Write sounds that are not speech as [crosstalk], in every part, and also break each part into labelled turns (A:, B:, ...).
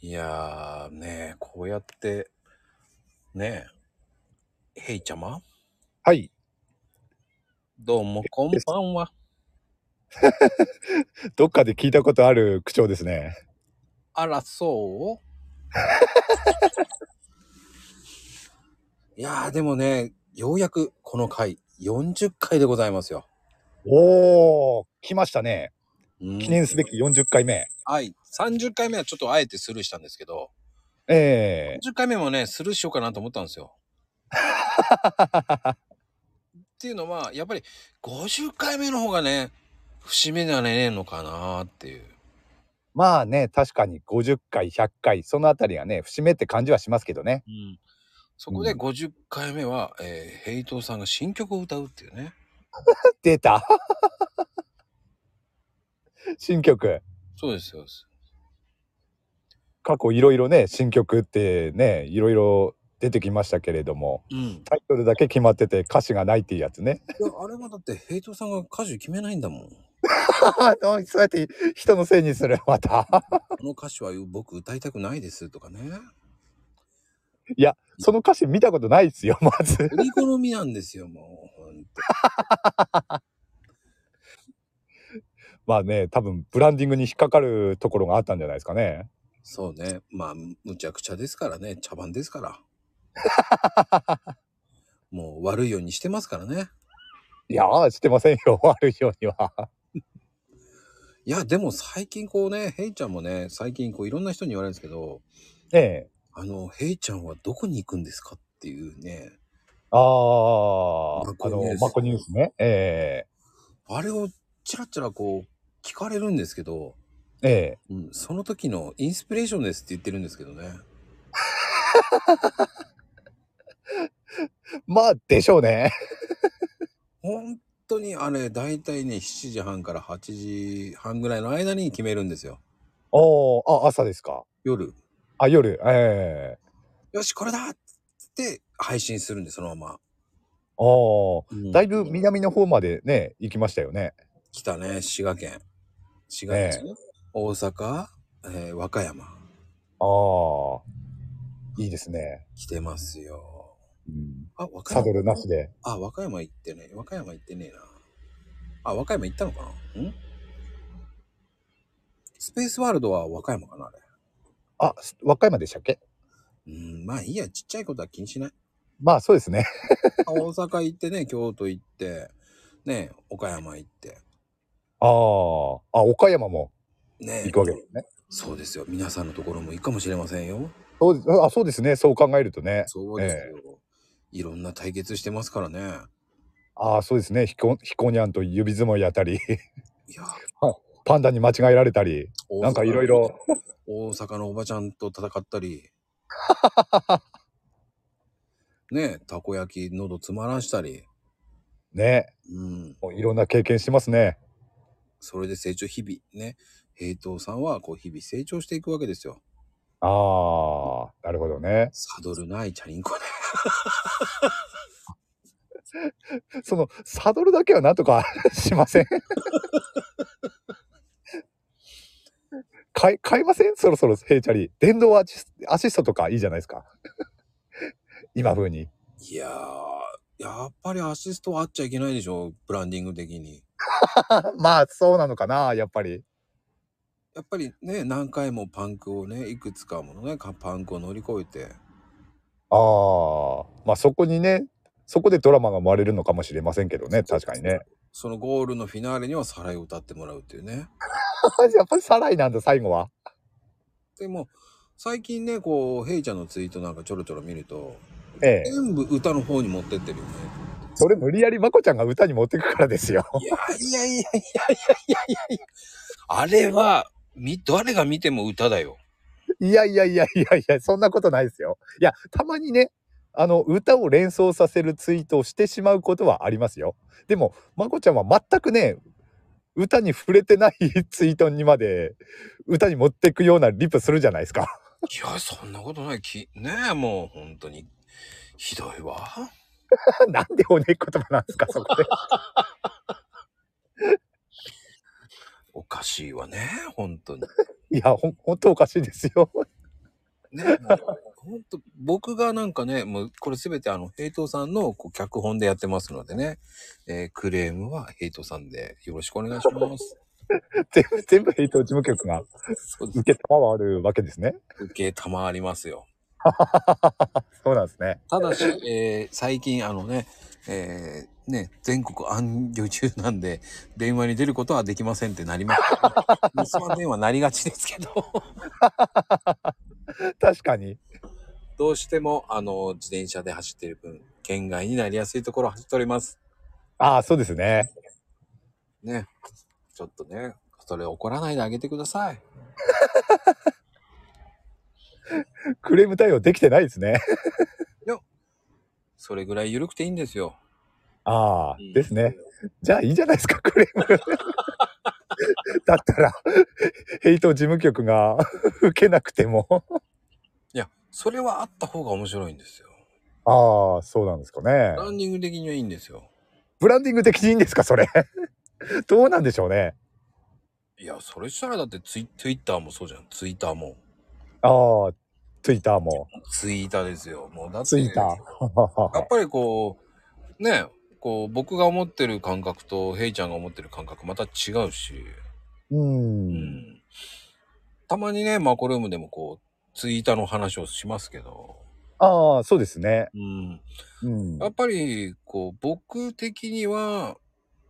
A: いやー、ねえ、こうやって、ねえ、ヘイちゃま
B: はい。
A: どうもこんばんは。
B: どっかで聞いたことある口調ですね。
A: あら、そう
B: [laughs]
A: いやー、でもね、ようやくこの回、40回でございますよ。
B: おー、来ましたね。
A: うん
B: 記念すべき40回目。
A: はい。30回目はちょっとあえてスルーしたんですけど、
B: ええ
A: 30回目もね、スルーしようかなと思ったんですよ。っていうのは、やっぱり50回目の方がね、節目じゃねえのかなーっていう。
B: まあね、確かに50回、100回、そのあたりがね、節目って感じはしますけどね。
A: うん、そこで
B: うん
A: 50回目は、えーヘイトさんが新曲を歌うっていうね。
B: 出た [laughs] 新曲。
A: そうです、そうです。
B: 過去いろいろね、新曲ってね、いろいろ出てきましたけれども、
A: うん。い
B: タイトルだけ決まってて歌詞がないっていうやつ [laughs] ね。
A: や、あれはだってヘイトさんが歌詞決めないんだもん。
B: そうやって人のせいにする、また。
A: この歌詞は僕歌いたくないですとか [laughs] ね。
B: いや、 [laughs] その歌詞見たことないですよ、まず。
A: 振り好みなんですよ、もう。ほんと
B: まあね、多分ブランディングに引っかかるところがあったんじゃないですかね。
A: そうね。まあ、むちゃくちゃですからね。茶番ですから。もう悪いようにしてますからね。
B: いやー、してませんよ、 [laughs] 悪いようには。
A: いや、でも最近こうね、ヘイちゃんもね、最近こういろんな人に言われるんですけど、
B: ねえ。
A: あの、ヘイちゃんはどこに行くんですかっていうね。
B: あー、
A: マコ
B: あ
A: ニュース
B: の、マコニュースね。え
A: あれをちらちらこう聞かれるんですけど、
B: ええ
A: うん、その時のインスピレーションですって言ってるんですけどね。
B: えまあ、でしょうね。 [laughs]
A: 本当にあれ、だいたいね、7時半から8時半ぐらいの間に決めるんですよ。
B: おー、あ、朝ですか。
A: 夜。
B: あ、夜。ええ
A: よし、これだっつって配信するんで、そのまま。
B: お
A: うん
B: ー、だいぶ南の方までね、行きましたよね。
A: 来たね、滋賀県。滋賀県ですね、大阪、えー和歌山。
B: あー、いいですね。
A: 来てますよ。
B: うん、
A: あ、和歌
B: サ
A: 山。
B: ドルなしで。
A: あ、和歌山行ってね。和歌山行ってねえな。あ、和歌山行ったのかなんスペースワールドは和歌山かなあれ。
B: あ、す和歌山でしたっけ
A: うん、まあいいや、ちっちゃいことは気にしない。
B: まあ、そうですね。
A: あ大阪行ってね、 [laughs] 京都行って、ね、岡山行って。
B: あー、あ、岡山も
A: ね
B: 行くわけですね。
A: そうですよ。皆さんのところも行くかもしれませんよ。
B: そうですあそうですねそう考えるとね
A: そうですよ。いろんな対決してますからね。
B: ああそうですねひこひこにゃんと指相撲やったり [laughs]
A: いや、
B: パンダに間違えられたり
A: 大阪
B: なんかいろいろ。
A: 大阪のおばちゃんと戦った
B: [laughs]
A: り。ねたこ焼き喉詰まらしたり。
B: ね
A: うん。
B: もういろんな経験してますね
A: それで成長日々ね。平等さんはこう日々成長していくわけですよ。
B: ああなるほどね
A: サドルないチャリンコね。
B: そのサドルだけはなんとか [laughs] しません買い買いませんそろそろヘイチャリ電動アシスアシストとかいいじゃないですか [laughs] 今風に
A: いやー、やっぱりアシストはあっちゃいけないでしょ。ブランディング的に。
B: [laughs] まあそうなのかなやっぱり
A: やっぱりね、何回もパンクをね、いくつかものね、かパンクを乗り越えて。
B: ああ、まあそこにね、そこでドラマが生まれるのかもしれませんけどね、確かにね。 [laughs]
A: そのゴールのフィナーレにはサライを歌ってもらうっていうね。
B: やっぱりサライなんだ、最後は。
A: でも最近ねこうヘイちゃんのツイートなんかちょろちょろ見ると
B: ええ。
A: 全部歌の方に持ってって
B: [laughs]
A: るよね。
B: それ無理やりまこちゃんが歌に持ってくからですよ。 [laughs]
A: いやいやいやいやいやいやいやいやあれはみ誰が見ても歌だよ。
B: いやいやいやいやいや、そんなことないですよ。いや、たまにね、あの、歌を連想させるツイートをしてしまうことはありますよ。でも、まこちゃんは全くね、歌に触れてないツイートにまで、歌に持ってくようなリプするじゃないですか。 [laughs]
A: いやそんなことないきねえもう本当にひどいわ。
B: なんでおねえ言葉なんですか、そこで。
A: おかしいわね本当に。
B: いや、ほん、ほんとおかしいですよ。
A: ね、もうほんと、僕がなんかね、もうこれすべてあの、ヘイトさんのこう脚本でやってますのでね、えークレームはヘイトさんでよろしくお願いします。
B: 全部、全部ヘイト事務局が
A: そうです。
B: 受けたはあるわけですね。
A: 受けたまわりますよ。
B: そうなんですね。
A: ただし、えー最近あのね、えーね、全国暗旅中なんで、電話に出ることはできませんってなりますけど。留守番電話なりがちですけど。
B: 確かに。
A: どうしても、あの、自転車で走ってる分、県外になりやすいところを走っております。
B: ああ、そうですね。
A: ね。ちょっとね、それ怒らないであげてください。
B: クレーム対応できてないですね。
A: それぐらい緩くていいんですよ。
B: ああ、ですね。。じゃあいいじゃないですか、クレーム。 [laughs] だったら、ヘイト事務局が [laughs] 受けなくても。
A: いや、それはあった方が面白いんですよ。
B: ああ、そうなんですかね
A: ブ。ランディング的にはいいんですよ。
B: ブランディング的にいいんですか、それ。どうなんでしょうね。
A: いや、それしたらだってツイツイッターもそうじゃん。ツイッターも。
B: ああ、ツイッターも。
A: ツイーターですよ。もうだって。
B: ツイッタ
A: や
B: ー
A: っ。ぱりこう、ね、こう、僕が思ってる感覚と、ヘイちゃんが思ってる感覚、また違うし。
B: [laughs] う。
A: うんんたまにね、マコルームでもこう、ツイーターの話をしますけど、
B: ああ、そうですね。
A: うん、
B: うん
A: や。っぱり、こう、僕的には、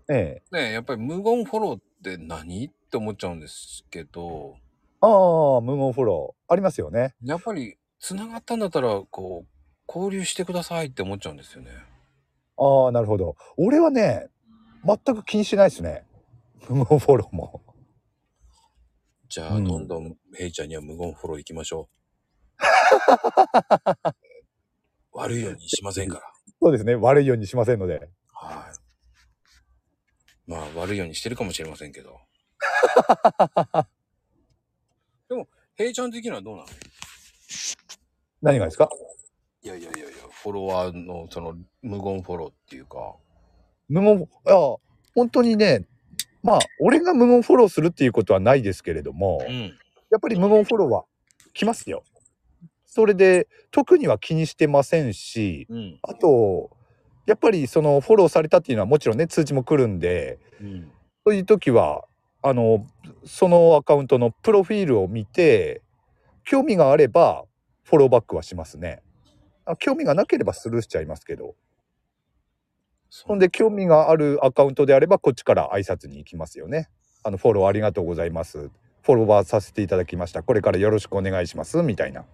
B: ええ。
A: ね、やっぱり無言フォローって何って思っちゃうんですけど、
B: ああ、無言フォロー。ありますよね。
A: やっぱり、繋がったんだったら、こう、交流してくださいって思っちゃうんですよね。
B: ああ、なるほど。俺はね、全く気にしないですね。無言フォローも。
A: じゃあ、
B: うん
A: どんどん、ヘイちゃんには無言フォロー行きましょ
B: [laughs]
A: う。悪いようにしませんから。
B: そうですね。悪いようにしませんので。
A: はい。まあ、悪いようにしてるかもしれませんけ
B: [laughs]
A: ど。でも、平ちゃん的にはどうなの
B: 何がですか
A: いやいやいやいや、フォロワーの、その、無言フォローっていうか。
B: 無言、いや、本当にね、まあ、俺が無言フォローするっていうことはないですけれども、
A: ん。
B: やっぱり無言フォローは来ますよ。それで、特には気にしてませんし、
A: うん。
B: あと、やっぱりそのフォローされたっていうのはもちろんね、通知も来るんで、
A: うん。
B: そういう時は、あの、そのアカウントのプロフィールを見て、興味があればフォローバックはしますね。あ興味がなければスルーしちゃいますけど。
A: そ
B: ほんで、興味があるアカウントであれば、こっちから挨拶に行きますよね。あの、フォローありがとうございます。フォロワーさせていただきました。これからよろしくお願いします。みたいな。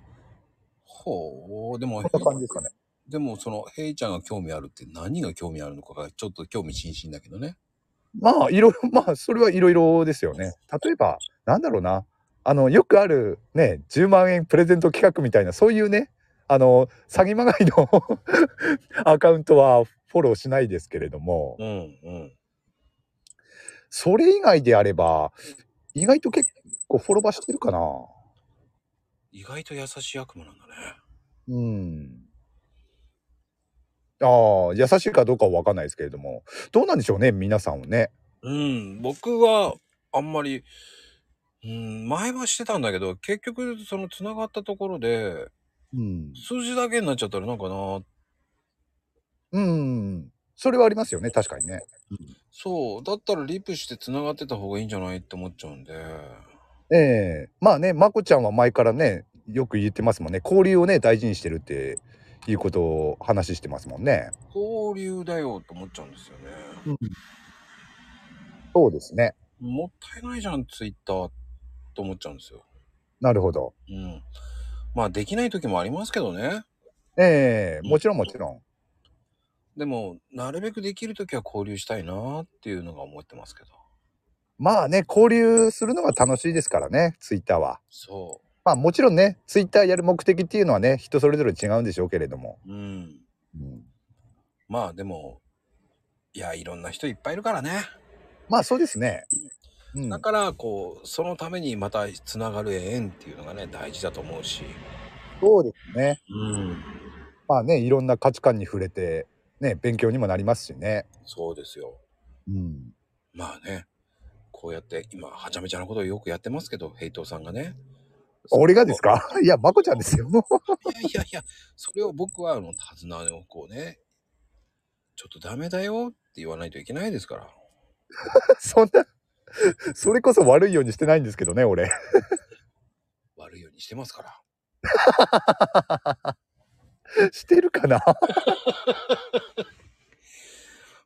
A: ほう、でも
B: こ、んな感じですかね。
A: でも、その、平ちゃんが興味あるって何が興味あるのかが、ちょっと興味津々だけどね。
B: まあ、いろいろ、 [laughs] まあ、それはいろいろですよね。例えば、なんだろうな。あの、よくある、ね、10万円プレゼント企画みたいな、そういうね、あの、詐欺まがいの [laughs] アカウントはフォローしないですけれども、
A: うん、うん。
B: それ以外であれば、意外と結構フォロバーしてるかな。
A: 意外と優しい悪魔なんだね。
B: うん。ああ、優しいかどうかは分かんないですけれども、どうなんでしょうね、皆さんをね。
A: うん、僕はあんまり、うん、前はしてたんだけど、結局その繋がったところで、
B: うん。
A: 数字だけになっちゃったらなんかな、
B: うん。それはありますよね、確かにね。
A: そう、だったらリプして繋がってた方がいいんじゃないって思っちゃうんで、
B: ええまあね、まこちゃんは前からね、よく言ってますもんね。交流をね、大事にしてるっていうことを話してますもんね。
A: 交流だよと思っちゃうんですよね。
B: そうですね。
A: もったいないじゃん、ツイッターと思っちゃうんですよ。
B: なるほど。
A: うん。まあ、できない時もありますけどね。
B: ええもちろんもちろん。
A: でも、なるべくできる時は交流したいなっていうのが思ってますけど。
B: まあね、交流するのが楽しいですからね、ツイッターは。
A: そ
B: まあもちろんね、ツイッターやる目的っていうのはね、人それぞれ違うんでしょうけれども。
A: う。うん。
B: うん
A: まあでも、いや、いろんな人いっぱいいるからね。
B: まあそうですね。うん
A: だから、こう、そのためにまたつながる縁っていうのがね、大事だと思うし。
B: そうですね。
A: うん。
B: まあね、いろんな価値観に触れて、ね、勉強にもなりますしね。
A: そうですよ。
B: うん。
A: まあね、こうやって今、はちゃめちゃなことをよくやってますけど、ヘイトさんがね、
B: 俺がですか [laughs] いや、まこちゃんですよ。
A: いやいやいや、それを僕は、あの、手綱をこうね、ちょっとダメだよって言わないといけないですから。
B: [laughs] そんな、それこそ悪いようにしてないんですけどね、俺。 [laughs]
A: 悪いようにしてますから。
B: してるかな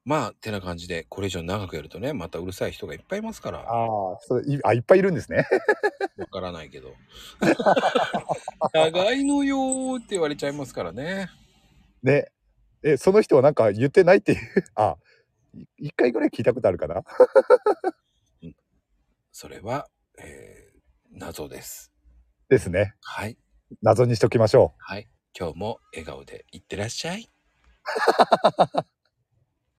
A: まあ、てな感じで、これ以上長くやるとね、またうるさい人がいっぱいいますから。
B: ああ、そういあ、いっぱいいるんですね。 [laughs]
A: わからないけど。長いのよーって言われちゃいますからね。
B: ね。え、その人はなんか言ってないっていう。 [laughs] あ、い一回ぐらい聞いたことあるかな。
A: それは、えー謎です。
B: ですね。
A: はい。
B: 謎にしときましょう。
A: はい。今日も笑顔でいってらっしゃい。